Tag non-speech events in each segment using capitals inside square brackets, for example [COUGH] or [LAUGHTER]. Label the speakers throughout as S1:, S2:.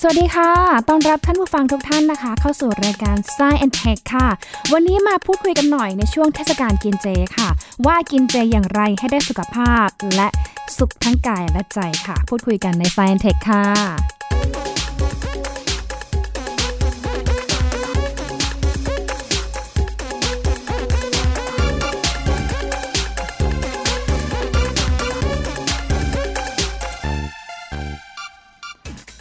S1: สวัสดีค่ะ ต้อนรับท่านผู้ฟังทุกท่านนะคะ เข้าสู่รายการ Science and Tech ค่ะ วันนี้มาพูดคุยกันหน่อยในช่วงเทศกาลกินเจค่ะ ว่ากินเจอย่างไรให้ได้สุขภาพ และสุขทั้งกายและใจค่ะ พูดคุยกันใน Science and Tech ค่ะ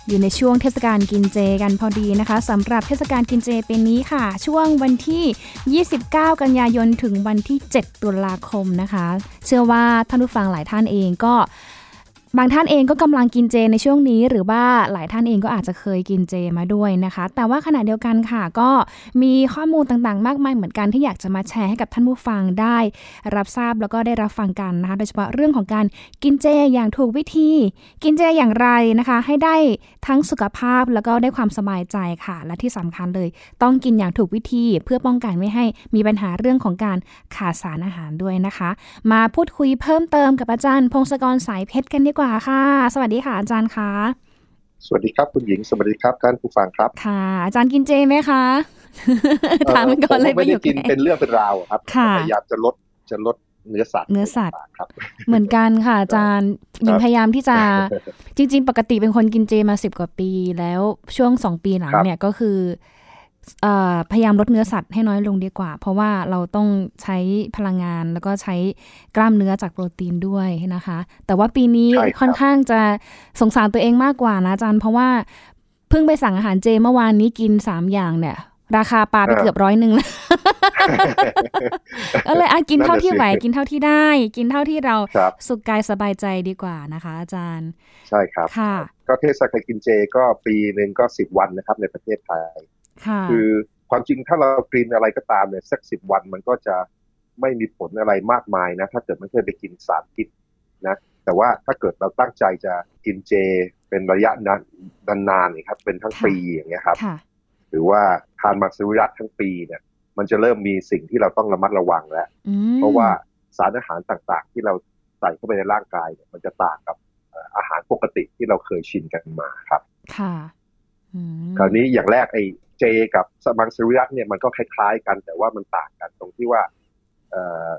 S1: อยู่ในช่วงเทศกาลกินเจกันพอดีนะคะสำหรับเทศกาลกินเจเป็นนี้ค่ะ ช่วงวันที่ 29 กันยายนถึงวันที่ 7 ตุลาคมนะคะ เชื่อว่าท่านผู้ฟังหลายท่านเองก็ บางท่านเองก็กำลังกินเจในช่วงนี้ หรือว่าหลายท่านเองก็อาจจะเคยกินเจมาด้วยนะคะ แต่ว่าขณะเดียวกันค่ะ ก็มีข้อมูลต่างๆ มากมายเหมือนกันที่อยากจะมาแชร์ให้กับท่านผู้ฟังได้ รับทราบแล้วก็ได้รับฟังกันนะคะ โดยเฉพาะเรื่องของการกินเจอย่างถูกวิธี กินเจอย่างไรนะคะ ให้ได้ทั้งสุขภาพแล้วก็ได้ความสบายใจค่ะ และที่สำคัญเลย ต้องกินอย่างถูกวิธีเพื่อป้องกันไม่ให้มีปัญหาเรื่องของการขาดสารอาหารด้วยนะคะ มาพูดคุยเพิ่มเติมกับอาจารย์พงศกรสายเพชรกันดีกว่าค่ะ สวัสดีค่ะอาจารย์คะ
S2: สวัสดีครับคุณหญิงสวัสดีครับท่านผู้ฟังครับ
S1: ค่ะ อาจารย์กินเจไหมคะ [LAUGHS] ถามมันก่อนเลย
S2: ไม่
S1: อ
S2: ได้
S1: ยู่
S2: กิน
S1: ไห
S2: เป็นเรื่องเป็นราวอะครับ
S1: ค่ะ
S2: พยายามจะลดจะลดเนื้อสัตว์
S1: เนื้อสัตว์
S2: ครับ
S1: เหมือนกันค่ะอาจารย์หญิงพยายามที่จะ จริงๆ ปกติเป็นคนกินเจมาสิบกว่าปีแล้วช่วงสองปีหลัง
S2: ครับ
S1: เนี่ยก็คือเอ่อพยายามลดเนื้อสัตว์ให้น้อยลงดีกว่า เพราะว่าเราต้องใช้พลังงานแล้วก็ใช้กล้ามเนื้อจากโปรตีนด้วยนะคะ แต่ว่าปีนี้ค่อนข้างจะสงสารตัวเองมากกว่านะอาจารย์ เพราะว่าเพิ่งไปสั่งอาหารเจเมื่อวานนี้กินสามอย่างเนี่ย ราคาปลาไปเกือบร้อยหนึ่งแล้ว [LAUGHS] ก็เลยอ่ะกินเท่าที่ไหวกินเท่าที่ได้ กินเท่าที่เรา
S2: ครับ
S1: สุขกายสบายใจดีกว่านะคะ อาจารย์
S2: [LAUGHS] ใช่ครับ
S1: ค่ะ
S2: ก็เทศกาลกินเจก็ปีหนึ่งก็สิบวันนะครับในประเทศไทย
S1: ค่ะ
S2: คือความจริงถ้าเรากินอะไรก็ตามเนี่ยสักสิบวันมันก็จะไม่มีผลอะไรมากมายนะ ถ้าเกิดไม่เคยไปกินสารพิษนะ แต่ว่าถ้าเกิดเราตั้งใจจะกินเจเป็นระยะนานนานๆเนะครับเป็นทั้ง
S1: ค่ะ
S2: ปีอย่างเงี้ยครับ
S1: ค่ะ
S2: หรือว่าทานมังสวิรัติทั้งปีเนี่ย มันจะเริ่มมีสิ่งที่เราต้องระมัดระวังแล้ว
S1: อืม
S2: เพราะว่าสารอาหารต่างๆ ที่เราใส่เข้าไปในร่างกายเนี่ยมันจะต่างกับเอ่ออาหารปกติที่เราเคยชินกันมาครับ
S1: ค่ะอืม
S2: คราวนี้อย่างแรกไอ้เจกับมังสวิรัติเนี่ยมันก็คล้ายๆ กันแต่ว่ามันต่างกันตรงที่ว่าเอ่อ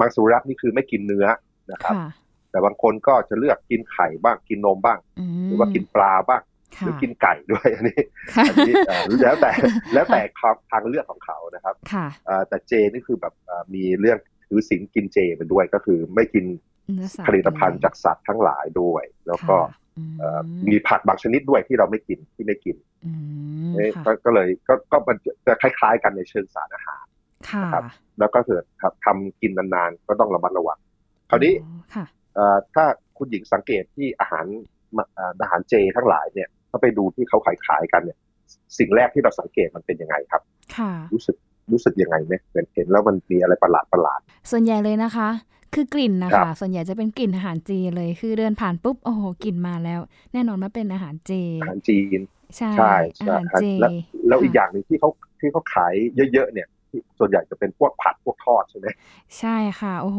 S2: มังสวิรัตินี่คือไม่กินเนื้อนะครับ
S1: ค่ะ
S2: แต่บางคนก็จะเลือกกินไข่บ้างกินนมบ้าง
S1: ม
S2: หรือว่ากินปลาบ้าง ห
S1: ค่ะ
S2: รือกินไก่ด้วยอันนี้
S1: ค่ะ
S2: อันนี้เอ่อแล้ว
S1: [LAUGHS]
S2: แต่แล้วแต่ความทางเลือกของเขานะครับ
S1: ค่ะ
S2: เอ่อแต่เจนี่คือแบบเอ่อมีเรื่องถือศีลกินเจไปด้วยก็คือไม่กิน
S1: เนื้อสัตว์
S2: ผลิตภัณฑ์จากสัตว์ทั้งหลายด้วย แล้วก็
S1: ค่ะอืม
S2: เอ่อมีผักบางชนิดด้วยที่เราไม่กินที่ไม่กิน
S1: อืม
S2: เอ๊ะ
S1: ค่ะ
S2: ก็ก็เลยก็ก็มันจะคล้ายๆกันในเชิงสารอาหาร
S1: ค่ะ
S2: นะครับ แล้วก็เกิดครับทำกินนานๆก็ต้องระมัดระวังคราวนี้
S1: อ๋อค่ะ
S2: เอ่อถ้าคุณหญิงสังเกตที่อาหารมาเอ่ออาหารเจทั้งหลายเนี่ยถ้าไปดูที่เขาขายขายๆกันเนี่ยสิ่งแรกที่เราสังเกตมันเป็นยังไงครับ
S1: ค่ะ
S2: รู้สึกรู้สึกยังไงไหมเห็นเห็นแล้วมันมีอะไรประหลาดประหลาด
S1: ส่วนใหญ่เลยนะคะ คือกลิ่นนะ
S2: ครั
S1: คะ
S2: บ
S1: ส่วนใหญ่จะเป็นกลิ่นอาหารเจเลยคือเดินผ่านปุ๊บโอ้โหกลิ่นมาแล้ว แน่นอนว่าเป็นอาหารเจ
S2: ๆอาหารจีน
S1: ใช่
S2: ใช่
S1: อา
S2: ใช่
S1: หารเจ
S2: แล้วแล้วอีก
S1: ค่ะ
S2: อย่างหนึ่งที่เขาที่เขาขายเยอะๆเนี่ยที่ส่วนใหญ่จะเป็นพวกผัดพวกทอด
S1: [LAUGHS]
S2: ใช่ไหม
S1: ใช่ค่ะโอ้โห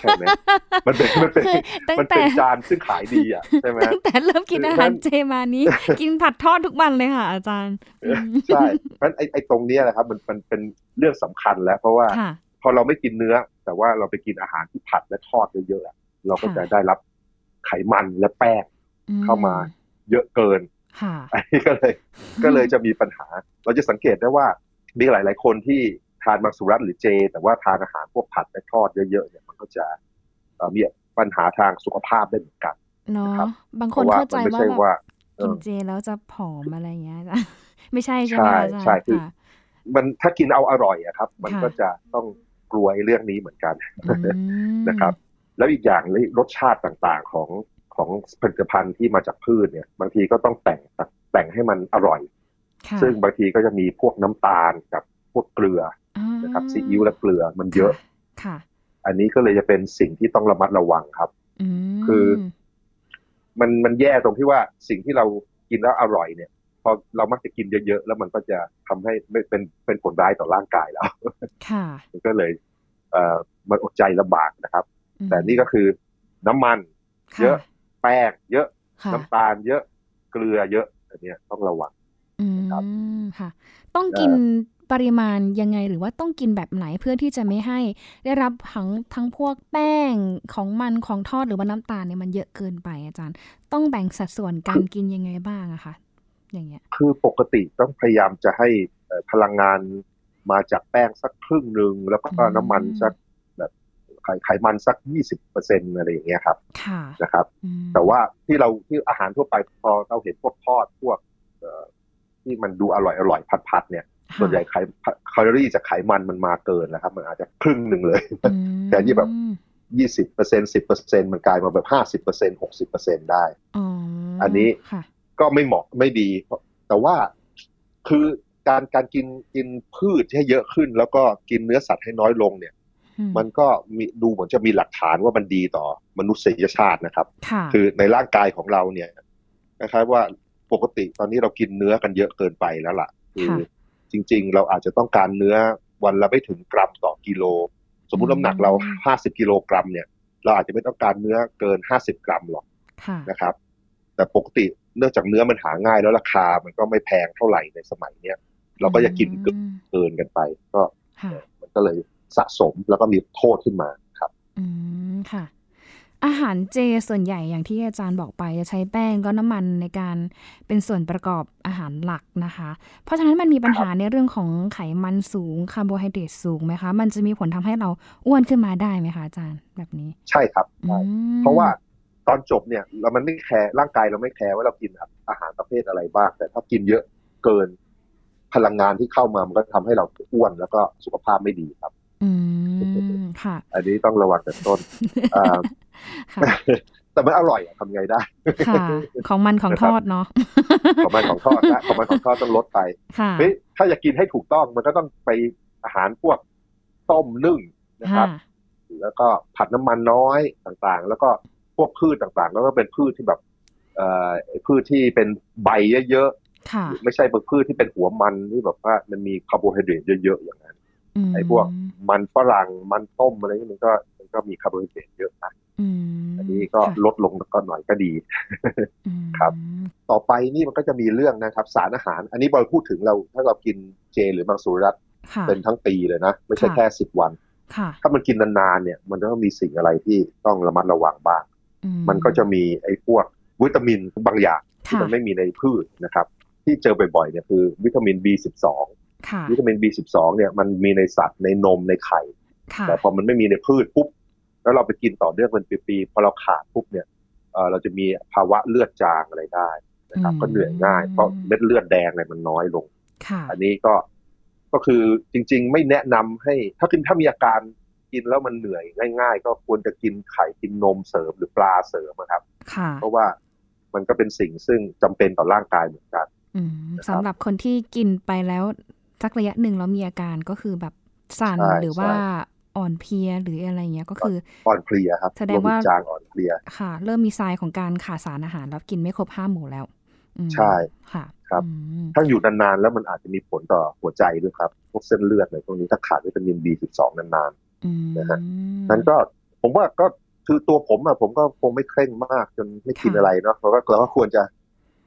S2: เห็นไหม
S1: จ้ะ
S2: ใช่ไหมมันเป็นมันเป็น
S1: คือ [LAUGHS] ตั้ง
S2: มัน
S1: แต่
S2: เป็นจานซึ่งขายดีอ่ะใช่ไหม
S1: ตั้งแต่เริ่มกิน
S2: คือ
S1: อา
S2: มั
S1: หาร
S2: น
S1: เจมานี้ [LAUGHS] กินผัดทอดทุกวันเลยค่ะ อาจารย์อืม
S2: ใช่เพราะฉะนั้นไอ้ไอ้ตรงเนี้ยนะครับมันมันเป็นเรื่องสำคัญแล้ว เพราะว่า
S1: ค่ะ
S2: พอเราไม่กินเนื้อ แต่ว่าเราไปกินอาหารที่ผัดและทอดเยอะๆอะเราก็
S1: ค่ะ
S2: จะได้รับไขมันและแป้ง
S1: อื
S2: เข้ามา เยอะเกิน [LAUGHS]
S1: ค่ะ
S2: อันนี้ก็เลย ก็เลยจะมีปัญหา เราจะสังเกตได้ว่า มีหลาย ๆ คนที่ทานมังสวิรัติหรือเจ แต่ว่าทานอาหารพวกผัดและทอดเยอะ ๆ เนี่ย มันก็จะเอ่อมีปัญหาทางสุขภาพได้เหมือนกัน
S1: เนาะ
S2: ครับ
S1: บาง
S2: เพ
S1: คน
S2: ราะว่า
S1: เข้าใจ
S2: มัน
S1: ว่า
S2: ไม่ใช่
S1: แบบ
S2: ว่า เอ
S1: กิน
S2: อ
S1: เจแล้วจะผอมอะไรอย่างเงี้ย [LAUGHS] จ้ะไม่ใช่ใช่
S2: ใช่
S1: ไหมคะอาจารย์
S2: ใช่คือ
S1: ค่ะ
S2: มันถ้ากินเอาอร่อยอะครับ มัน
S1: ค่ะ
S2: ก็จะต้องกลัวไอ้เรื่องนี้เหมือนกัน
S1: อืม
S2: นะครับ แล้วอีกอย่างเลยรสชาติต่างๆของของผลิตภัณฑ์ที่มาจากพืชเนี่ย บางทีก็ต้องแต่งแต่งให้มันอร่อย
S1: ค่ะ
S2: ซึ่งบางทีก็จะมีพวกน้ำตาลกับพวกเกลือ
S1: อ่า
S2: นะครับซีอิ๊วและเกลือมันเยอะ
S1: ค่ะ
S2: อันนี้ก็เลยจะเป็นสิ่งที่ต้องระมัดระวังครับ
S1: อืม
S2: คือ มันมันแย่ตรงที่ว่าสิ่งที่เรากินแล้วอร่อยเนี่ย พอเรามักจะกินเยอะๆ แล้วมันก็จะทำให้ไม่เป็นเป็นผลร้ายต่อร่างกายเรา
S1: ค่ะ
S2: มันก็เลยเอ่อมันอดใจลำบากนะครับ
S1: อืม
S2: แต่นี่ก็คือน้ำมัน
S1: ค่
S2: เยอะ แป้งเยอะ
S1: ค่ะ
S2: น้ำตาลเยอะเกลือเยอะ อันเนี้ยต้องระวัง
S1: อืมค่ะ ต้องกินปริมาณยังไงหรือว่าต้องกินแบบไหนเพื่อที่จะไม่ให้ได้รับทั้งทั้งพวกแป้งของมันของทอดหรือว่าน้ำตาลเนี่ยมันเยอะเกินไปอาจารย์ ต้องแบ่งสัดส่วนการกินยังไงบ้างอะคะอย่างเงี้ย
S2: คือปกติต้องพยายามจะให้เอ่อพลังงานมาจากแป้งสักครึ่งหนึ่งแล้วก็
S1: อืม
S2: น้ำมันสักแบบไขไขมันสักยี่สิบเปอร์เซ็นอะไรอย่างเงี้ยครับ
S1: ค่ะ
S2: นะครับ
S1: อืม
S2: แต่ว่าที่เราที่อาหารทั่วไปพอเราเห็นพวกทอดพวกเอ่อที่มันดูอร่อยอร่อยผัดผัดๆเนี่ย
S1: ค่ะ
S2: ส่วนใหญ่ไขแคลอรี่จากไขมันมันมาเกินนะครับ มันอาจจะครึ่งหนึ่งเลย
S1: อืม
S2: แต่ที่แบบ ยี่สิบเปอร์เซ็นสิบเปอร์เซ็นมันกลายมาแบบห้าสิบเปอร์เซ็นหกสิบเปอร์เซ็นได้
S1: อ๋อ
S2: อั
S1: อั
S2: นนี้
S1: ค่ะ
S2: ก็ไม่เหมาะไม่ดี แต่ว่าคือการการกินกินพืชให้เยอะขึ้น แล้วก็กินเนื้อสัตว์ให้น้อยลงเนี่ย
S1: อื
S2: มันก็มีดูเหมือนจะมีหลักฐานว่ามันดีต่อมนุษยชาตินะครับ
S1: ค่ะ
S2: คือในร่างกายของเราเนี่ยนะครับว่าปกติตอนนี้เรากินเนื้อกันเยอะเกินไปแล้วล่ะคือจริง ๆ เราอาจจะต้องการเนื้อวันละไม่ถึงกรัมต่อกิโล สมมุติน้ำหนักเราห้าสิบกิโลกรัมเนี่ย เราอาจจะไม่ต้องการเนื้อเกินห้าสิบกรัมหรอก
S1: ค่ะ
S2: นะครับ แต่ปกติเนื่องจากเนื้อมันหาง่ายแล้วราคามันก็ไม่แพงเท่าไหร่ในสมัยเนี้ยเราก็จะกิน
S1: อืม
S2: เกินกันไป ก็
S1: ค่ะ
S2: มันก็เลยสะสมแล้วก็มีโทษขึ้นมาครับ
S1: อืมค่ะ อาหารเจส่วนใหญ่อย่างที่อาจารย์บอกไปจะใช้แป้งก็น้ำมันในการเป็นส่วนประกอบอาหารหลักนะคะ เพราะฉะนั้นมันมีปัญหาในเรื่องของไขมันสูงคาร์โบไฮเดรตสูงไหมคะ มันจะมีผลทำให้เราอ้วนขึ้นมาได้ไหมคะอาจารย์แบบนี้
S2: ใช่ครับ
S1: อื
S2: ใช่
S1: ม
S2: เพราะว่าตอนจบเนี่ยเรามันไม่แคร์ร่างกายเราไม่แคร์ว่าเรากินอาหารประเภทอะไรบ้าง แต่ถ้ากินเยอะเกินพลังงานที่เข้ามามันก็ทำให้เราอ้วนแล้วก็สุขภาพไม่ดีครับ
S1: อืมค่ะ
S2: อันนี้ต้องระวังแต่ต้นอ่า
S1: ค่ะ
S2: แต่มันอร่อยอะทำไงได้
S1: ค่ะ ของมันของทอดเนาะ
S2: [LAUGHS] ของมันของทอดนะของมันของทอดต้องลดไป
S1: ค่ะ
S2: เฮ้ยถ้าอยากกินให้ถูกต้องมันก็ต้องไปอาหารพวกต้มนึ่งนะครับ
S1: ค่ะ
S2: แล้วก็ผัดน้ำมันน้อยต่างๆ แล้วก็พวกพืชต่างๆ แล้วก็เป็นพืชที่แบบเอ่อพืชที่เป็นใบเยอะ
S1: ค่ะ
S2: ๆไม่ใช่เป็นพืชที่เป็นหัวมันที่แบบว่ามันมีคาร์โบไฮเดรตเยอะๆอย่างนั้น
S1: ม
S2: ไอ้พวก มันฝรั่งมันต้มอะไรนี่มันก็มันก็มีคาร์โบไฮเดรตเยอะนะ
S1: อืม
S2: อันนี้ก็
S1: ค่ะ
S2: ลดลงก็หน่อยก็ดี
S1: อืม
S2: ครับ ต่อไปนี่มันก็จะมีเรื่องนะครับ สารอาหาร อันนี้บอยพูดถึงเราถ้าเรากินเจ หรือมังสวิรัต
S1: ค่ะ
S2: เป็นทั้งปีเลยนะ ไม่ใช่
S1: ค่ะ
S2: แค่สิบวัน
S1: ค่ะ
S2: ถ้ามันกินนานๆเนี่ย มันก็ต้องมีสิ่งอะไรที่ต้องระมัดระวังบ้าง
S1: อื
S2: มันก็จะมีไอ้พวกวิตามินบางอย่างที่
S1: ค่ะ
S2: มันไม่มีในพืชนะครับ ที่เจอบ่อยๆเนี่ยคือวิตามิน B12
S1: ค่ะ
S2: วิตามิน B12 เนี่ยมันมีในสัตว์ในนมในไข่
S1: ค่ะ
S2: แต่พอมันไม่มีในพืชปุ๊บแล้วเราไปกินต่อเนื่องเป็นปีๆพอเราขาดปุ๊บเนี่ยเอ่อเราจะมีภาวะเลือดจางอะไรได้นะครับ
S1: อืม
S2: ก็เหนื่อยง่าย เพราะเม็ดเลือดแดงเนี่ยมันน้อยลง
S1: ค่ะ
S2: อันนี้ก็ก็คือจริงๆ ไม่แนะนำให้ ถ้ากินถ้ามีอาการกินแล้วมันเหนื่อยง่าย ๆ ก็ควรจะกินไข่กินนมเสริมหรือปลาเสริมนะครับ
S1: ค่ะ
S2: เพราะว่ามันก็เป็นสิ่งซึ่งจำเป็นต่อร่างกายเหมือนกัน
S1: อืมสำหรับคนที่กินไปแล้วสักระยะหนึ่งแล้วมีอาการก็คือแบบสั่น
S2: ใช่
S1: หรือว่า
S2: ใช่
S1: อ่อนเพลียหรืออะไรเงี้ยก็คือ
S2: อ่อนเพลียครับ
S1: แสดงว่า
S2: ลมหยจางอ่อนเพลีย
S1: ค่ะ เริ่มมีทรายของการขาดสารอาหารแล้วกินไม่ครบห้าหมู่แล้วอืม
S2: ใช่
S1: ค่ะ
S2: ครับ
S1: อืม
S2: ถ้าอยู่นานๆแล้วมันอาจจะมีผลต่อหัวใจด้วยครับพวกเส้นเลือดอะไรพวกนี้ถ้าขาดวิตามิน B12 นาน
S1: อืม
S2: ๆนั้นก็ผมว่าก็คือตัวผมอะผมก็คงไม่เคร่งมากจนไม่กิน
S1: ค่ะ
S2: อะไรเนาะเราก็เราก็ควรจะ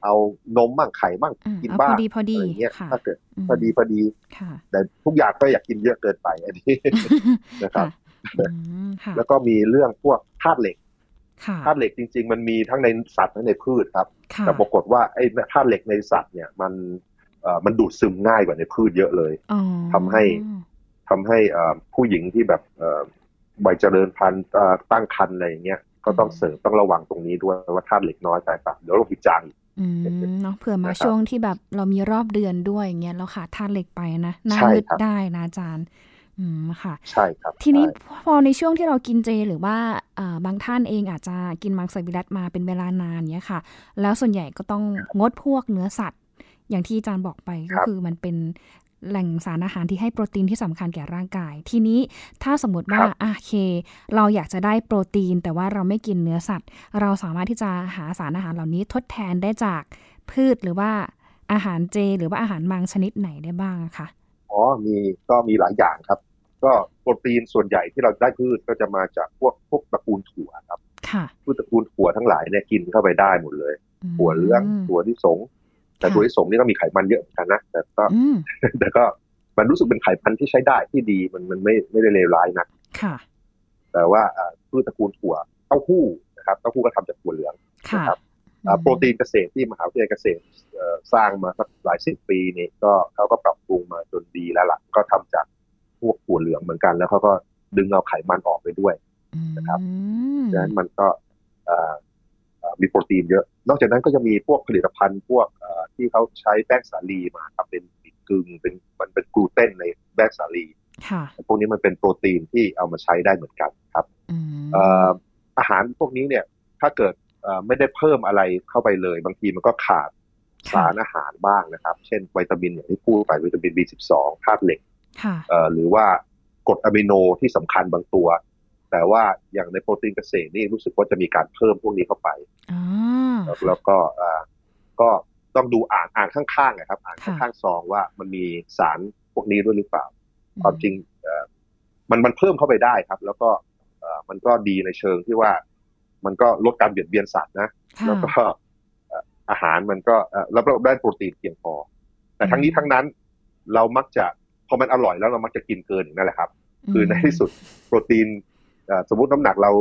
S2: เอานมบ้างไข่บ้าง
S1: อ่ะ
S2: กิน
S1: เอา
S2: บ้า
S1: พ
S2: ง
S1: อดีพอดี
S2: อะไรอย่างเงี้ย
S1: ค่ะ
S2: ถ้าเกิด พอดี
S1: ม
S2: พอดี
S1: ค่ะ
S2: แต่ทุกอย่างก็อยากกินเยอะเกินไปอันนี้ [LAUGHS] นะครับ
S1: ค่ะอืมค่ะ
S2: แล้วก็มีเรื่องพวกธาตุเหล็ก
S1: ค่ะ
S2: ธาตุเหล็กจริง ๆ มันมีทั้งในสัตว์และในพืชครับ
S1: ค่ะ
S2: แต่ปรากฏว่าไอ้ธาตุเหล็กในสัตว์เนี่ยมันเอ่อมันดูดซึมง่ายกว่าในพืชเยอะเลย
S1: อ๋อ
S2: ทำให้ ทำให้เอ่อผู้หญิงที่แบบเอ่อวัยเจริญพันธุ์เอ่อตั้งครรภ์อะไรอย่างเงี้ยก็ต้องเสริมต้องระวังตรงนี้ด้วยว่าธาตุเหล็กน้อยไปปะเดี๋ยวโรคหิดจางอีก
S1: อืมเนาะเผื่อมา
S2: นะครับ
S1: ช่วงที่แบบเรามีรอบเดือนด้วยอย่างเงี้ยเราขาดธาตุเหล็กไปนะหน่า
S2: ใช่
S1: งึด
S2: ครับ
S1: ได้นะอาจารย์ อืมค่ะ
S2: ใช่ครับ
S1: ทีนี้
S2: ใช่
S1: พอในช่วงที่เรากินเจหรือว่าเอ่อบางท่านเองอาจจะกินมังสวิรัตมาเป็นเวลานานเนี้ยค่ะ แล้วส่วนใหญ่ก็ต้องงดพวกเนื้อสัตว์ อย่างที่อาจารย์บอกไปก็คือมันเป็นแหล่งสารอาหารที่ให้โปรตีนที่สำคัญแก่ร่างกาย ทีนี้ถ้าสมมติว่าอ่ะโอเค เราอยากจะได้โปรตีน แต่ว่าเราไม่กินเนื้อสัตว์ เราสามารถที่จะหาสารอาหารเหล่านี้ทดแทนได้จากพืชหรือว่าอาหารเจ หรือว่าอาหารบางชนิดไหนได้บ้างอะคะ
S2: อ๋อมีก็มีหลายอย่างครับ ก็โปรตีนส่วนใหญ่ที่เราได้พืชก็จะมาจากพวกพวกตระกูลถั่วครับ
S1: ค่ะ
S2: พืชตระกูลถั่วทั้งหลายเนี่ยกินเข้าไปได้หมดเลย ถั่วเหลือง
S1: ม
S2: ถั่วลิสง แต่ถั่วลิสงนี่ก็มีไขมันเยอะเหมือนกันนะแต่ก็
S1: อืม
S2: แต่ก็มันรู้สึกเป็นไขพันธุ์ที่ใช้ได้ที่ดีมันมันไม่ไม่ได้เลวร้ายนะ
S1: ค่ะ
S2: แต่ว่าอ่าพืชตระกูลถั่วเต้าหู้นะครับเต้าหู้ก็ทำจากถั่วเหลือง
S1: ค่ะ
S2: นะครับ อ่าโปรตีนเกษตรที่มหาวิทยาลัยเกษตรเอ่อสร้างมาสักหลายสิบปีนี่ก็เขาก็ปรับปรุงมาจนดีแล้วล่ะก็ทำจากพวกถั่วเหลืองเหมือนกัน แล้วเขาก็ดึงเอาไขมันออกไปด้วย
S1: นะครับ
S2: ดังนั้นมันก็อ่าอ่ามีโปรตีนเยอะ นอกจากนั้นก็จะมีพวกผลิตภัณฑ์พวกเอ่อที่เขาใช้แป้งสาลีมาครับเป็นบิดกึ่งเป็นมันเป็นกลูเตนในแป้งสาลี
S1: ค่ะ
S2: พวกนี้มันเป็นโปรตีนที่เอามาใช้ได้เหมือนกันครับ
S1: อืม
S2: เอ่ออาหารพวกนี้เนี่ยถ้าเกิดเอ่อไม่ได้เพิ่มอะไรเข้าไปเลย บางทีมันก็ขาดสารอาหารบ้างนะครับ เช่นวิตามินอย่างที่พูดไปวิตามิน B12 ธาตุเหล็ก
S1: ค่ะ
S2: เอ่อหรือว่ากรดอะมิโนที่สำคัญบางตัว แต่ว่าอย่างในโปรตีนเกษตรนี่รู้สึกว่าจะมีการเพิ่มพวกนี้เข้าไป
S1: อ่า
S2: แล้วแล้วก็เอ่อก็ต้องดูอ่านอ่านข้างๆนะครับ อ่าน
S1: ค่ะ
S2: ข้างๆซองว่ามันมีสารพวกนี้ด้วยหรือเปล่า ความจริงเอ่อมันมันเพิ่มเข้าไปได้ครับ แล้วก็เอ่อมันก็ดีในเชิงที่ว่า มันก็ลดการเบียดเบียนสัตว์นะ
S1: ค่ะ
S2: แล้วก็เอ่ออาหารมันก็เอ่อรับได้โปรตีนเพียงพอ แต่ทั้งนี้
S1: อืม
S2: ทั้งนั้น เรามักจะพอมันอร่อยแล้วเรามักจะกินเกินอย่างนั่นแหละครับ คือในที่สุดโปรตีนเอ่อสมมติน้ำหนักเรา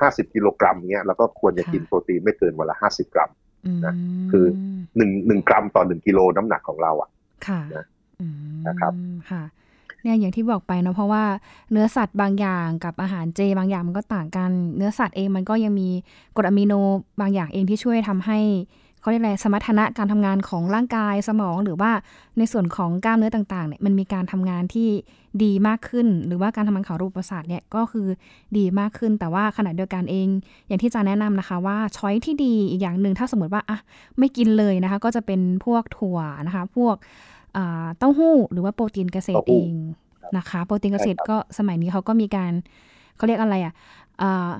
S2: ห้าสิบกิโลกรัมเนี้ยเราก็ควรจะกินโปรตีนไม่เกินวันละห้าสิบกรัม
S1: อืม
S2: นะคือ หนึ่งหนึ่งกรัมต่อหนึ่งกิโลน้ำหนักของเราอะ
S1: ค่ะ
S2: นะ
S1: อืม
S2: นะครับ
S1: ค่ะ เนี่ยอย่างที่บอกไปเนอะเพราะว่าเนื้อสัตว์บางอย่างกับอาหารเจบางอย่างมันก็ต่างกัน เนื้อสัตว์เองมันก็ยังมีกรดอะมิโนบางอย่างเองที่ช่วยทำให้เขาเรียกอะไรสมรรถนะการทำงานของร่างกายสมองหรือว่าในส่วนของกล้ามเนื้อต่างๆเนี่ยมันมีการทำงานที่ดีมากขึ้น หรือว่าการทำงานของรูปประสาทเนี่ยก็คือดีมากขึ้น แต่ว่าขณะเดียวกันเอง อย่างที่อาจารย์แนะนำนะคะ ว่าช้อยที่ดีอีกอย่างหนึ่งถ้าสมมติว่าอ่ะ ไม่กินเลยนะคะ ก็จะเป็นพวกถั่วนะคะ พวกอ่าเต้าหู้หรือว่าโปรตีนเกษตร
S2: เต้าหู้
S1: เองนะคะ โปรตีนเกษตรก็สมัยนี้เขาก็มีการเขาเรียกอะไรอ่ะอ่า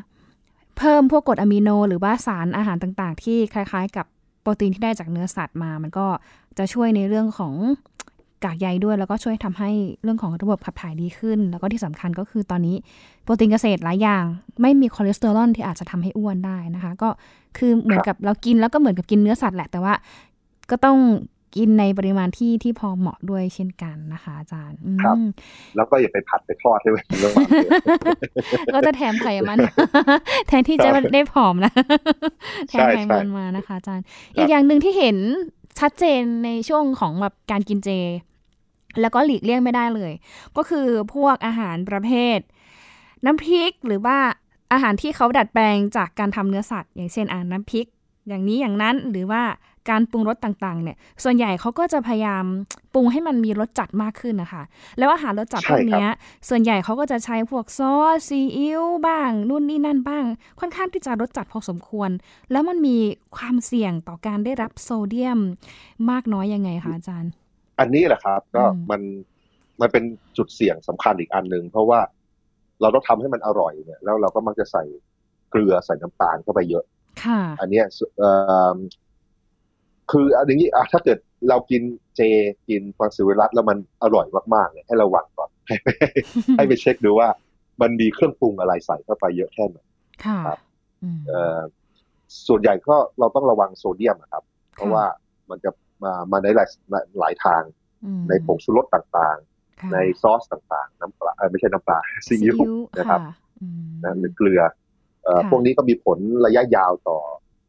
S1: เพิ่มพวกกรดอะมิโน หรือว่าสารอาหารต่างๆ ที่คล้ายๆ กับโปรตีนที่ได้จากเนื้อสัตว์มา มันก็จะช่วยในเรื่องของกากใยด้วย แล้วก็ช่วยทำให้เรื่องของระบบขับถ่ายดีขึ้น แล้วก็ที่สำคัญก็คือตอนนี้ โปรตีนเกษตรหลายอย่าง ไม่มีคอเลสเตอรอลที่อาจจะทำให้อ้วนได้นะคะ ก็คือเหมือนกับเรากินแล้วก็เหมือนกับกินเนื้อสัตว์แหละ แต่ว่าก็ต้องกินในปริมาณที่ที่พอเหมาะด้วยเช่นกันนะคะ อาจารย์อืม
S2: ครับ แล้วก็อย่าไปผัดไปทอดให้มัน [LAUGHS] ระหว่างเดือน
S1: [LAUGHS] ก็จะแถมไขมัน แทนที่จะได้ผอมนะ [LAUGHS] แทนไขมันมานะคะ อาจารย์ อีกอย่างหนึ่งที่เห็นชัดเจนในช่วงของแบบการกินเจ แล้วก็หลีกเลี่ยงไม่ได้เลย ก็คือพวกอาหารประเภท น้ำพริกหรือว่าอาหารที่เขาดัดแปลงจากการทำเนื้อสัตว์ อย่างเช่นอ่าน้ำพริก อย่างนี้อย่างนั้นหรือว่าการปรุงรสต่างๆ เนี่ย ส่วนใหญ่เขาก็จะพยายามปรุงให้มันมีรสจัดมากขึ้นนะคะ แล้วอาหารรสจัดพวกเนี้ย ส่วนใหญ่เขาก็จะใช้พวกซอสซีอิ๊วบ้าง นู่นนี่นั่นบ้าง ค่อนข้างที่จะรสจัดพอสมควร แล้วมันมีความเสี่ยงต่อการได้รับโซเดียมมากน้อยยังไงคะอาจารย์
S2: อันนี้แหละครับ ก็
S1: อืม
S2: มันมันเป็นจุดเสี่ยงสำคัญอีกอันหนึ่งเพราะว่าเราต้องทำให้มันอร่อยเนี่ย แล้วเราก็มักจะใส่เกลือใส่น้ำตาลเข้าไปเยอะ
S1: ค่ะ
S2: อันเนี้ยเอิ่มคืออันนี้อ่ะถ้าเกิดเรากินเจกินฟังซิวิรัตแล้วมันอร่อยมากๆเนี่ยให้ระวังก่อน ให้ไปให้ไปเช็คดูว่ามันมีเครื่องปรุงอะไรใส่เข้าไปเยอะแค่ไหน
S1: ค่ะ
S2: ครับ
S1: อืม
S2: เอ่อส่วนใหญ่ก็เราต้องระวังโซเดียมอะครับ เพราะว่ามันจะมามาในหลายหลายทาง
S1: อืม
S2: ในผงชูรสต่าง ๆ
S1: ค่ะ
S2: ในซอสต่างๆ น้ำปลาเอ่อไม่ใช่น้ำปลาซีอิ๊วนะครับ
S1: อืม
S2: นะหรือเกลือเอ่อ
S1: ค่ะ
S2: พวกนี้ก็มีผลระยะยาวต่อ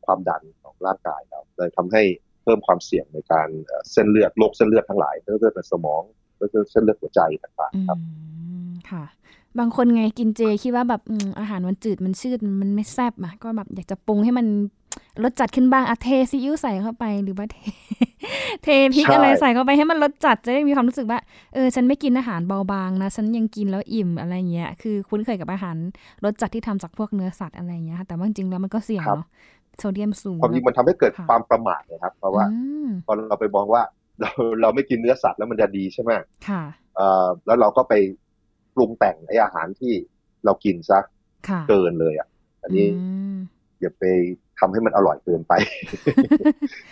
S2: ความดันของร่างกายเราเลยทำให้เพิ่มความเสี่ยงในการเอ่อเส้นเลือดโรคเส้นเลือดทั้งหลายเส้นเลือดในสมองเส้นเลือดหัวใจต่าง
S1: อื
S2: ๆครับ
S1: มค่ะ บางคนไงกินเจคิดว่าแบบอืมอาหารมันจืดมันชืดมันไม่แซ่บอ่ะก็แบบอยากจะปรุงให้มันรสจัดขึ้นบ้างอะเทซีอิ๊วใส่เข้าไปหรือว่าเท [LAUGHS] เทพริก
S2: ใช่
S1: อะไรใส่เข้าไปให้มันรสจัดจะได้มีความรู้สึกว่าเออฉันไม่กินอาหารเบาบางนะฉันยังกินแล้วอิ่มอะไรเงี้ยคือคุ้นเคยกับอาหารรสจัดที่ทำจากพวกเนื้อสัตว์อะไรเงี้ยค่ะแต่ว่าจริงๆแล้วมันก็เสี่ยงเนาะโซเดียมสูง
S2: ความจริงมันทำให้เกิด
S1: ะ
S2: ความประมาทนะครับ เพราะว่า
S1: อืม
S2: ตอนเราไปมองว่า [LAUGHS] เราเราไม่กินเนื้อสัตว์แล้วมันจะดีใช่ไหม
S1: ค่ะ
S2: เอ่อแล้วเราก็ไปปรุงแต่งไออาหารที่เรากินซะ
S1: ค่ะ
S2: เกินเลยอ่ะอันนี้
S1: อืม
S2: อย่าไปทำให้มันอร่อยเกินไป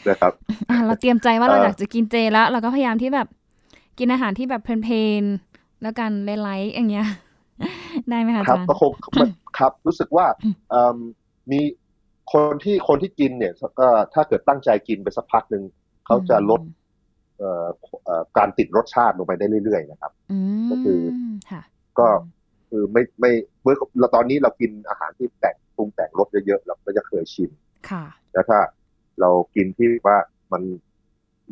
S2: [LAUGHS] นะครับ
S1: อ่ะเราเตรียมใจว่า
S2: เอ่
S1: เรา
S2: อ
S1: อ
S2: อ
S1: ยากจะกินเจแล้ว เราก็พยายามที่แบบกินอาหารที่แบบเพลนๆแล้วกันไลท์ๆอย่างเงี้ย [LAUGHS] ได้ไหมคะอา
S2: ครับ
S1: จารย์
S2: ก็คงมันครับรู้สึกว่า
S1: อืม
S2: เอิ่มมีคนที่คนที่กินเนี่ยก็ถ้าเกิดตั้งใจกินไปสักพักหนึ่ง เขาจะลดเอ่อเอ่อการติดรสชาติลงไปได้เรื่อยๆนะครับ ก็คือ
S1: มค่ะ
S2: ก็คือไม่ไม่เมื่อเราตอนนี้เรากินอาหารที่แต่งปรุงแต่งรสเยอะๆเราก็จะเคยชิน
S1: ค่ะ
S2: แล้วถ้าเรากินที่ว่ามัน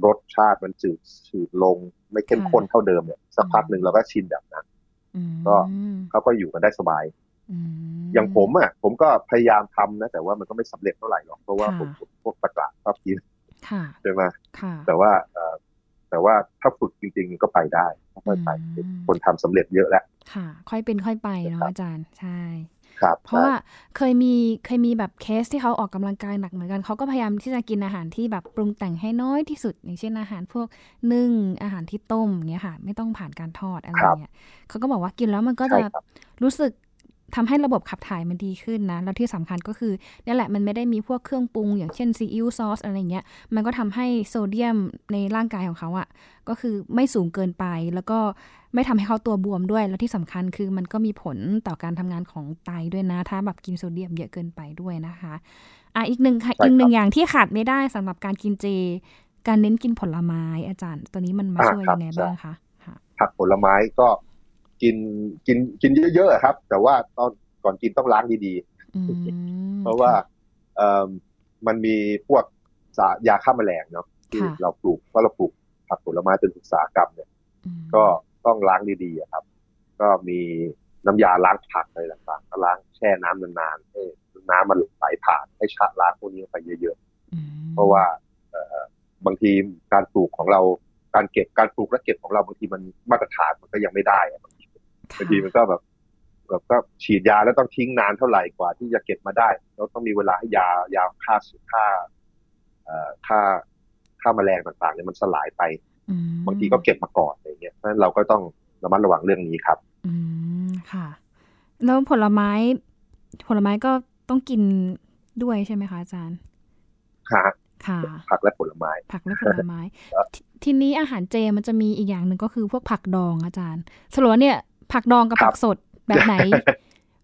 S2: รสชาติมันจืดจืดลงไม่เข้มข้นเท่าเดิมเนี่ยสักพักหนึ่งเราก็ชินแบบนั้น
S1: อืม
S2: ก็ เขาก็อยู่กันได้สบาย
S1: อืม
S2: อย่างผมอ่ะผมก็พยายามทำนะ แต่ว่ามันก็ไม่สำเร็จเท่าไหร่หรอกเพราะว่า
S1: ค่ะ
S2: ผมผมพวกตะกร้าชอบกิน
S1: ค่ะ
S2: ใช่ไหม
S1: ค่ะ
S2: แต่ว่าเอ่อแต่ว่าถ้าฝึกจริงๆก็ไปได้ค่อยๆไป
S1: อืม
S2: คนทำสำเร็จเยอะแล้ว
S1: ค่ะ ค่อยเป็นค่อยไปเนาะ
S2: ครับ
S1: อาจารย์ใช่
S2: ครับ
S1: เพราะว่า
S2: ใช่
S1: เคยมีเคยมีแบบเคสที่เขาออกกำลังกายหนักเหมือนกันเขาก็พยายามที่จะกินอาหารที่แบบปรุงแต่งให้น้อยที่สุด อย่างเช่นอาหารพวกนึ่งอาหารที่ต้มอย่างเงี้ยค่ะไม่ต้องผ่านการทอดอะไรเงี้ยเขาก็บอกว่ากินแล้วมันก็จะ
S2: ใช่ครับ
S1: รู้สึกทำให้ระบบขับถ่ายมันดีขึ้นนะ แล้วที่สำคัญก็คือนั่นแหละมันไม่ได้มีพวกเครื่องปรุง อย่างเช่นซีอิ๊วซอสอะไรเงี้ยมันก็ทำให้โซเดียมในร่างกายของเขาอะ ก็คือไม่สูงเกินไปแล้วก็ไม่ทำให้เขาตัวบวมด้วย แล้วที่สำคัญคือมันก็มีผลต่อการทำงานของไตด้วยนะ ถ้าแบบกินโซเดียมเยอะเกินไปด้วยนะคะอ่ะอีกหนึ่งค่ะ
S2: ใช่ครับ
S1: อีกหนึ่งอย่างที่ขาดไม่ได้สำหรับการกินเจ การเน้นกินผลไม้อาจารย์ ตัวนี้มันมา
S2: อ่า
S1: ช่วย
S2: ครั
S1: ยั
S2: บ
S1: งไง
S2: ใช่
S1: บ้างคะค่ะ
S2: ผักผลไม้ก็กินกินกินเยอะๆอะครับ แต่ว่าตอนก่อนกินต้องล้างดี
S1: อืม
S2: ๆ เพราะว่าเอ่อมันมีพวกสารยาฆ่าแมลงเนาะที่
S1: ค่ะ
S2: เราปลูกเพราะเราปลูกผักผลไม้เป็นอุตสาหกรรมเนี่ย
S1: อืม
S2: ก็ต้องล้างดีๆอะครับ ก็มีน้ำยาล้างผักอะไรต่างๆก็ล้างแช่น้ำนานๆให้น้ำมันไหลผ่านให้ชะล้างพวกนี้ออกไปเยอะ
S1: อืม
S2: ๆ เพราะว่าเอ่อบางทีการปลูกของเราการเก็บการปลูกและเก็บของเราบางทีมันมาตรฐานมันก็ยังไม่ได้อะบางทีบางทีมันก็แบบแบบก็ฉีดยาแล้วต้องทิ้งนานเท่าไหร่กว่า ที่จะเก็บมาได้เราต้องมีเวลาให้ยายาฆ่าเชื้อฆ่าเอ่อฆ่าฆ่าแมลงต่างๆเนี่ยมันสลายไป
S1: อืม
S2: บางทีก็เก็บมาก่อนอะไรเงี้ยเพราะฉะนั้นเราก็ต้องระมัดระวังเรื่องนี้ครับ
S1: อืมค่ะ แล้วผลไม้ ผลไม้ก็ต้องกินด้วยใช่ไหมคะอาจารย์
S2: ค่ะ
S1: ค่ะ
S2: ผักและผลไม้
S1: ผักและผลไม้
S2: ครับ
S1: ททีนี้อาหารเจมันจะมีอีกอย่างหนึ่งก็คือพวกผักดองอาจารย์สรุปว่าเนี่ย ผักดองกับผักสดแบบ
S2: [LAUGHS]
S1: ไหน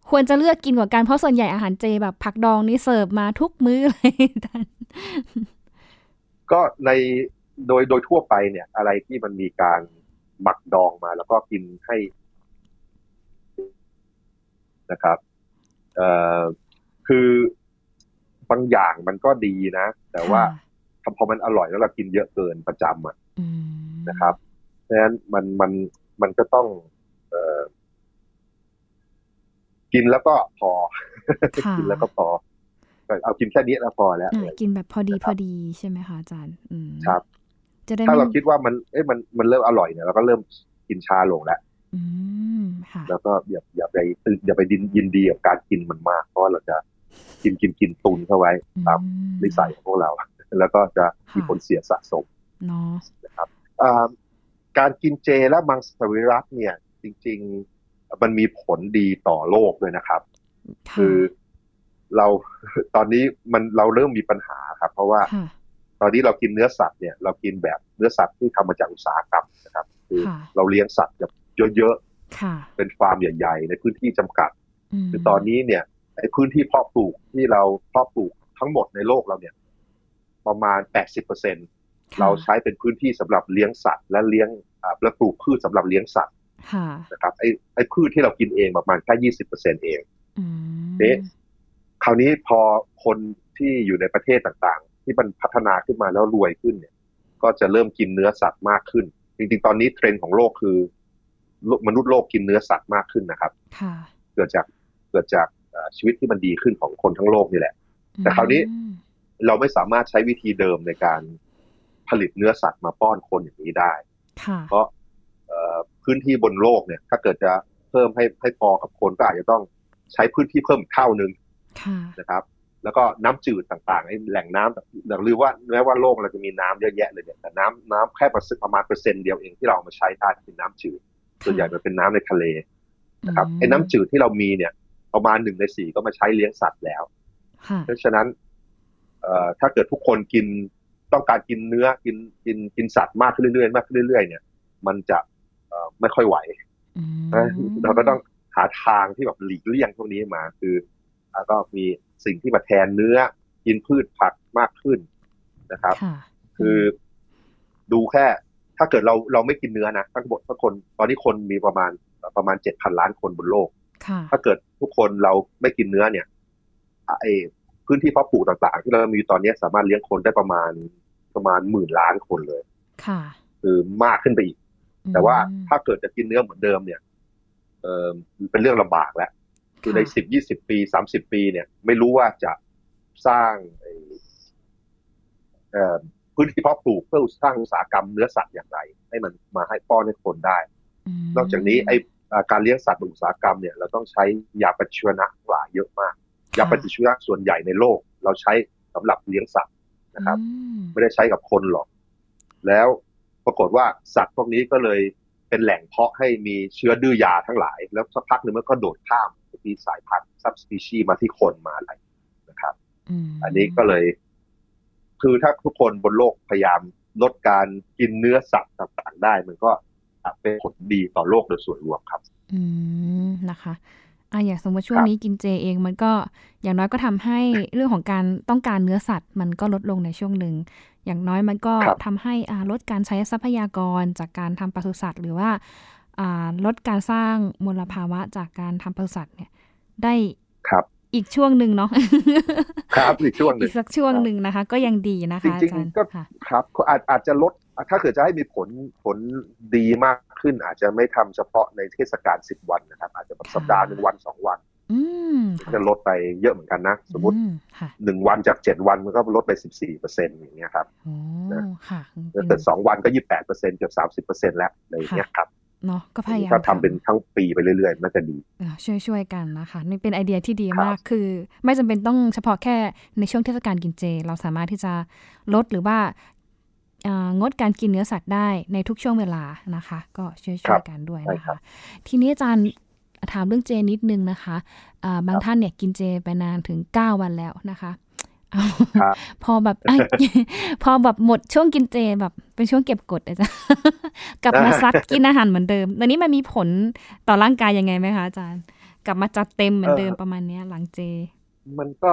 S1: ควรจะเลือกกินกว่ากันเพราะส่วนใหญ่อาหารเจแบบผักดองนี่เสิร์ฟมาทุกมื้อเลยอาจารย์
S2: ก็ในโดยโดยทั่วไปเนี่ย อะไรที่มันมีการหมักดองมาแล้วก็กินให้นะครับเอ่อคือบางอย่างมันก็ดีนะ แต่ว่า
S1: ค่ะ
S2: ทำพอมันอร่อยแล้วเรากินเยอะเกินประจำอ่ะ
S1: อืม
S2: นะครับ เพราะฉะนั้นมันมันมันก็ต้องเออกินแล้วก็พอ
S1: ค่ะ
S2: กินแล้วก็พอเอากินแค่นี้แล้วพอแล้ว
S1: อ่ะกินแบบพอดีพอดีใช่ไหมคะอาจารย์ อืม
S2: ครับ
S1: จะได้
S2: ถ้าเรา
S1: ไม่
S2: คิดว่ามันเอ้ยมันมันเริ่มอร่อยเนี่ยเราก็เริ่มกินชาลงแล้ว
S1: อืมค่ะ
S2: แล้วก็อย่าอย่าไปตื่นอย่าไปยินยินดีกับการกินมันมาก เพราะเราจะกินกินกินตุนเข้าไว้ ตามนิสัยของพวกเรา แล้วก็จะมี
S1: ค่ะ
S2: ผลเสียสะสม
S1: เนาะ
S2: อ่าการกินเจและมังสวิรัตเนี่ย จริง ๆ มันมีผลดีต่อโลกด้วยนะครับ
S1: ค่ะ
S2: คือเรา [LAUGHS] ตอนนี้มันเราเริ่มมีปัญหาครับ เพราะว่า
S1: ค่ะ
S2: ตอนนี้เรากินเนื้อสัตว์เนี่ย เรากินแบบเนื้อสัตว์ที่ทำมาจากอุตสาหกรรมนะครับ คือ
S1: ค่ะ
S2: เราเลี้ยงสัตว์แบบเยอะ
S1: ค่ะ
S2: ๆเป็นฟาร์มใหญ่ ๆ ในพื้นที่จำกัด
S1: ม
S2: คือตอนนี้เนี่ยไอ้พื้นที่เพาะปลูกที่เราเพาะปลูกทั้งหมดในโลกเราเนี่ย ประมาณ 80เปอร์เซ็นต
S1: ค่ะ
S2: เราใช้เป็นพื้นที่สำหรับเลี้ยงสัตว์ และเลี้ยงอ่าและปลูกพืชสำหรับเลี้ยงสัตว์
S1: ค่ะ
S2: นะครับไอ้ไอ้พืชที่เรากินเองประมาณแค่ยี่สิบเปอร์เซ็นเอง
S1: อืม
S2: เอ๊ะ คราวนี้พอคนที่อยู่ในประเทศต่างๆ ที่มันพัฒนาขึ้นมาแล้วรวยขึ้นเนี่ย ก็จะเริ่มกินเนื้อสัตว์มากขึ้น จริงๆตอนนี้เทรนด์ของโลกคือโลกมนุษย์โลกกินเนื้อสัตว์มากขึ้นนะครับ
S1: ค่ะ
S2: เกิดจากเกิดจากเอ่อชีวิตที่มันดีขึ้นของคนทั้งโลกนี่แหละ แต่คราวนี้
S1: อืม
S2: เราไม่สามารถใช้วิธีเดิมในการผลิตเนื้อสัตว์มาป้อนคนอย่างนี้ได้
S1: ค่ะ
S2: เพราะเอ่อพื้นที่บนโลกเนี่ย ถ้าเกิดจะเพิ่มให้ให้พอกับคนก็อาจจะต้องใช้พื้นที่เพิ่มอีกเท่าหนึ่ง
S1: ค่ะ
S2: นะครับ แล้วก็น้ำจืดต่างๆไอ้แหล่งน้ำหรือว่าแม้ว่าโลกเราจะมีน้ำเยอะแยะเลยเนี่ยแต่น้ำน้ำแค่ประสิประมาณเปอร์เซ็นต์เดียวเองที่เราเอามาใช้ได้คือน้ำจืดส่วนใหญ่มันเป็นน้ำในทะเลนะครับ
S1: อืม
S2: ไอ้น้ำจืดที่เรามีเนี่ยประมาณหนึ่งในสี่ก็มาใช้เลี้ยงสัตว์แล้ว
S1: ค่ะ
S2: เพราะฉะนั้นเอ่อถ้าเกิดทุกคนกินต้องการกินเนื้อกินกินกินสัตว์มากขึ้นเรื่อยๆมากขึ้นเรื่อยๆเนี่ย มันจะเอ่อไม่ค่อยไหว
S1: อืม
S2: นะเราก็ต้องหาทางที่แบบหลีกเลี่ยงพวกนี้มาคือแล้วก็มีสิ่งที่มาแทนเนื้อกินพืชผักมากขึ้นนะครับ
S1: ค่ะ
S2: คือ ดูแค่ ถ้าเกิดเราเราไม่กินเนื้อนะทั้งหมดทั้งคนตอนนี้คนมีประมาณประมาณเจ็ดพันล้านคนบนโลก
S1: ค่ะ
S2: ถ้าเกิดทุกคนเราไม่กินเนื้อเนี่ยอ่ะไอพื้นที่เพาะปลูกต่างๆ ที่เรามีอยู่ตอนนี้สามารถเลี้ยงคนได้ประมาณประมาณหมื่นล้านคนเลย
S1: ค่ะ
S2: คือมากขึ้นไปอีก
S1: อืม
S2: แต่ว่าถ้าเกิดจะกินเนื้อเหมือนเดิมเนี่ยเออเป็นเรื่องลำบากแล้ว คือใน
S1: ะ
S2: สิบยี่สิบปีสามสิบปีเนี่ย ไม่รู้ว่าจะสร้างไอ้เอ่อพื้นที่เพาะปลูกเพื่อสร้างอุตสาหกรรมเนื้อสัตว์อย่างไร ให้มันมาให้ป้อนให้คนได้
S1: ม
S2: นอกจากนี้ไออ่าการเลี้ยงสัตว์ในอุตสาหกรรมเนี่ยเราต้องใช้ยาปฏิชีวนะหลายเยอะมาก ยาปฏิชีวนะส่วนใหญ่ในโลก เราใช้สำหรับเลี้ยงสัตว์นะครับ
S1: อืม
S2: ไม่ได้ใช้กับคนหรอก แล้วปรากฏว่าสัตว์พวกนี้ก็เลยเป็นแหล่งเพาะให้มีเชื้อดื้อยาทั้งหลาย แล้วสักพักหนึ่งมันก็โดดข้ามไปที่สายพันธุ์ ซับสปีชีมาที่คนมาอะไรนะครับ
S1: ม
S2: อันนี้ก็เลย คือถ้าทุกคนบนโลกพยายามลดการกินเนื้อสัตว์ต่างๆได้ มันก็อาจเป็นผลดีต่อโลกโดยส่วนรวมครับ
S1: อืมนะคะอ่ะอย่างสมมติช่วงนี้กินเจเองมันก็อย่างน้อยก็ทำให้เรื่องของการต้องการเนื้อสัตว์มันก็ลดลงในช่วงหนึ่ง อย่างน้อยมันก็
S2: ครับ
S1: ทำให้อ่าลดการใช้ทรัพยากรจากการทำปศุสัตว์ หรือว่าอ่าลดการสร้างมลภาวะจากการทำปศุสัตว์เนี่ย ได้
S2: ครับ
S1: อีกช่วงหนึ่งเนาะ
S2: ครับอีกช่วงห
S1: อี
S2: นึ่ง
S1: กสักช่วงหนึ่งนะคะ ก็ยังดีนะคะอา
S2: จริงๆ
S1: จารย์
S2: ก็
S1: ค่ะ
S2: ครับก็อาจอาจจะลดถ้าเกิดจะให้มีผลผลดีมากขึ้น อาจจะไม่ทำเฉพาะในเทศกาลสิบวันนะครับ อาจจะแบบ
S1: ค่ะ
S2: สัปดาห์หนึ่งวันสองวัน
S1: อืมค่ะ
S2: จะลดไปเยอะเหมือนกันนะ สมมติ
S1: อืค่ะ
S2: หนึ่งวันจากเจ็ดวันมันก็ลดไปสิบสี่เปอร์เซ็นต์อย่างเงี้ยครับ
S1: โอ้ค่ะ
S2: แล้ว
S1: เป็
S2: เกิ
S1: น
S2: ดสองวันก็ยี่แปดเปอร์เซ็นต์เกือบสามสิบเปอร์เซ็นต์แล้วอะไรอย่างเงี้ยครับ
S1: เนาะก็พยายาม
S2: ถ้าทำเป็นทั้งปีไปเรื่อยๆน่าจะดี
S1: ช่วยช่วยๆกันนะคะนี่เป็นไอเดียที่ดี
S2: ครับ
S1: มากคือ ไม่จำเป็นต้องเฉพาะแค่ในช่วงเทศกาลกินเจ เราสามารถที่จะลดหรือว่าเอ่องดการกินเนื้อสัตว์ได้ในทุกช่วงเวลานะคะ ก็ช่วยช่วยๆกันด้วยนะคะ ทีนี้อาจารย์ถามเรื่องเจนิดนึงนะคะอ่าบางท่านเนี่ยกินเจไปนานถึง 9 วันแล้วนะคะเอา
S2: ครับ
S1: พอแบบ [LAUGHS] เอ้ยพอแบบหมดช่วงกินเจแบบเป็นช่วงเก็บกดอาจารย์ [LAUGHS] กลับมาซัดกินอาหารเหมือนเดิมตอนนี้มันมีผลต่อร่างกายยังไงไหมคะอาจารย์ กลับมาจัดเต็มเหมือนเดิมประมาณเนี้ยหลังเจ
S2: มันก็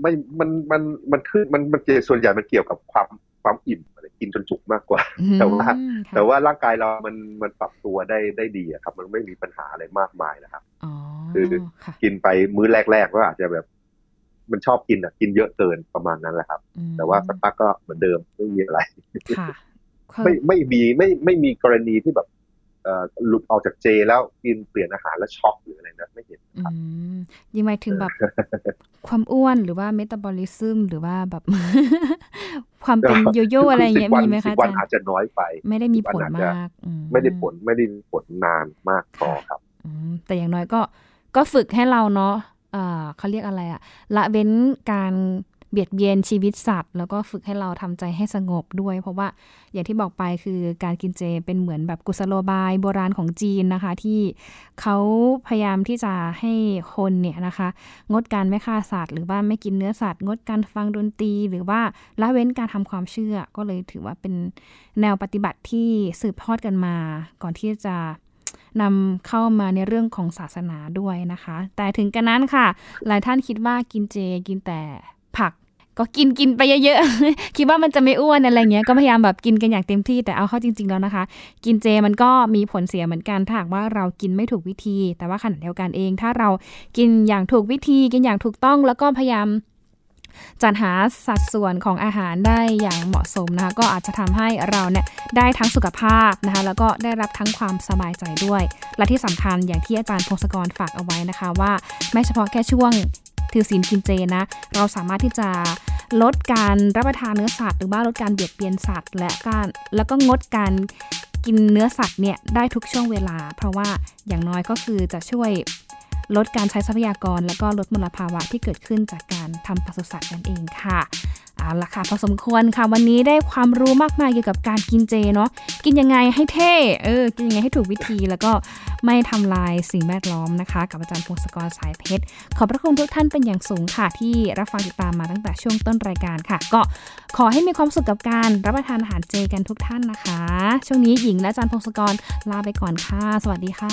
S2: ไม่มันมันมันขึ้นมันมันส่วนใหญ่มันเกี่ยวกับความความอิ่มอะไรกินจนจุกมากกว่า แต่ว่า
S1: อืมค่ะ
S2: แต่ว่าร่างกายเรามันมันปรับตัวได้ได้ดีอะครับ มันไม่มีปัญหาอะไรมากมายนะครับ
S1: อ๋อ
S2: คือ
S1: ค่ะ
S2: กินไปมื้อแรกๆก็อาจจะแบบ มันชอบกินอ่ะ กินเยอะเกินประมาณนั้นแหละครับ
S1: อืม
S2: แต่ว่าสักพักก็เหมือนเดิมไม่มีอะไร
S1: ค่ะ
S2: ไม่ไม่มีไม่ไม่มีกรณีที่แบบเอ่อหลุดออกจากเจแล้วกินเปลี่ยนอาหารแล้วช็อกหรืออะไรนะไม่เห็น
S1: อืมยังหมายถึงแบบ ความอ้วนหรือว่าเมตาบอลิซึมหรือว่าแบบ [LAUGHS] ความเป็นโยโย่อะไรอย่างเงี้ย
S2: คือ
S1: มีไหม
S2: สิ
S1: คะ
S2: บ
S1: อา
S2: วัน
S1: จาร
S2: อาจ
S1: ย์
S2: จะน้อยไป
S1: ไม่ได้มีผล
S2: อาจจะ
S1: มากอื
S2: ไม่ได้ผลไม่ได้ผลนานมากต่อครับ
S1: อืมแต่อย่างน้อยก็ก็ฝึกให้เราเนาะเอ่อเขาเรียกอะไรอะละเว้นการเบียดเบียนชีวิตสัตว์ แล้วก็ฝึกให้เราทำใจให้สงบด้วย เพราะว่าอย่างที่บอกไปคือการกินเจเป็นเหมือนแบบกุศโลบายโบราณของจีนนะคะ ที่เขาพยายามที่จะให้คนเนี่ยนะคะ งดการไม่ฆ่าสัตว์ หรือว่าไม่กินเนื้อสัตว์ งดการฟังดนตรี หรือว่าละเว้นการทำความเชื่อ ก็เลยถือว่าเป็นแนวปฏิบัติที่สืบทอดกันมา ก่อนที่จะนำเข้ามาในเรื่องของศาสนาด้วยนะคะ แต่ถึงกระนั้นค่ะ หลายท่านคิดว่ากินเจกินแต่ผัก ก็กินกินไปเยอะๆ [LAUGHS] คิดว่ามันจะไม่อ้วนอะไรเงี้ยก็พยายามแบบกินกันอย่างเต็มที่แต่เอาเข้าจริง ๆแล้วนะคะ กินเจมันก็มีผลเสียเหมือนกันถ้าหากว่าเรากินไม่ถูกวิธี แต่ว่าขณะเดียวกันเอง ถ้าเรากินอย่างถูกวิธี กินอย่างถูกต้องแล้วก็พยายาม จัดหาสัดส่วนของอาหารได้อย่างเหมาะสมนะคะ ก็อาจจะทำให้เราเนี่ยได้ทั้งสุขภาพนะคะ แล้วก็ได้รับทั้งความสบายใจด้วย และที่สำคัญอย่างที่อาจารย์พงศกรฝากเอาไว้นะคะว่า ไม่เฉพาะแค่ช่วงถือศีลกินเจนะ เราสามารถที่จะลดการรับประทานเนื้อสัตว์ หรือว่าลดการเบียดเบียนสัตว์ และการแล้วก็งดการกินเนื้อสัตว์เนี่ยได้ทุกช่วงเวลา เพราะว่าอย่างน้อยก็คือจะช่วยลดการใช้ทรัพยากร แล้วก็ลดมลภาวะที่เกิดขึ้นจากการทำปศุสัตว์นั่นเองค่ะเอาละค่ะพอสมควรค่ะ วันนี้ได้ความรู้มากมายเกี่ยวกับการกินเจเนาะ กินยังไงให้เท่ เออ กินยังไงให้ถูกวิธีแล้วก็ไม่ทำลายสิ่งแวดล้อมนะคะ กับอาจารย์พงศกรสายเพชร ขอบพระคุณทุกท่านเป็นอย่างสูงค่ะ ที่รับฟังติดตามมาตั้งแต่ช่วงต้นรายการค่ะ ก็ขอให้มีความสุขกับการรับประทานอาหารเจกันทุกท่านนะคะ ช่วงนี้หญิงและอาจารย์พงศกรลาไปก่อนค่ะ สวัสดีค่ะ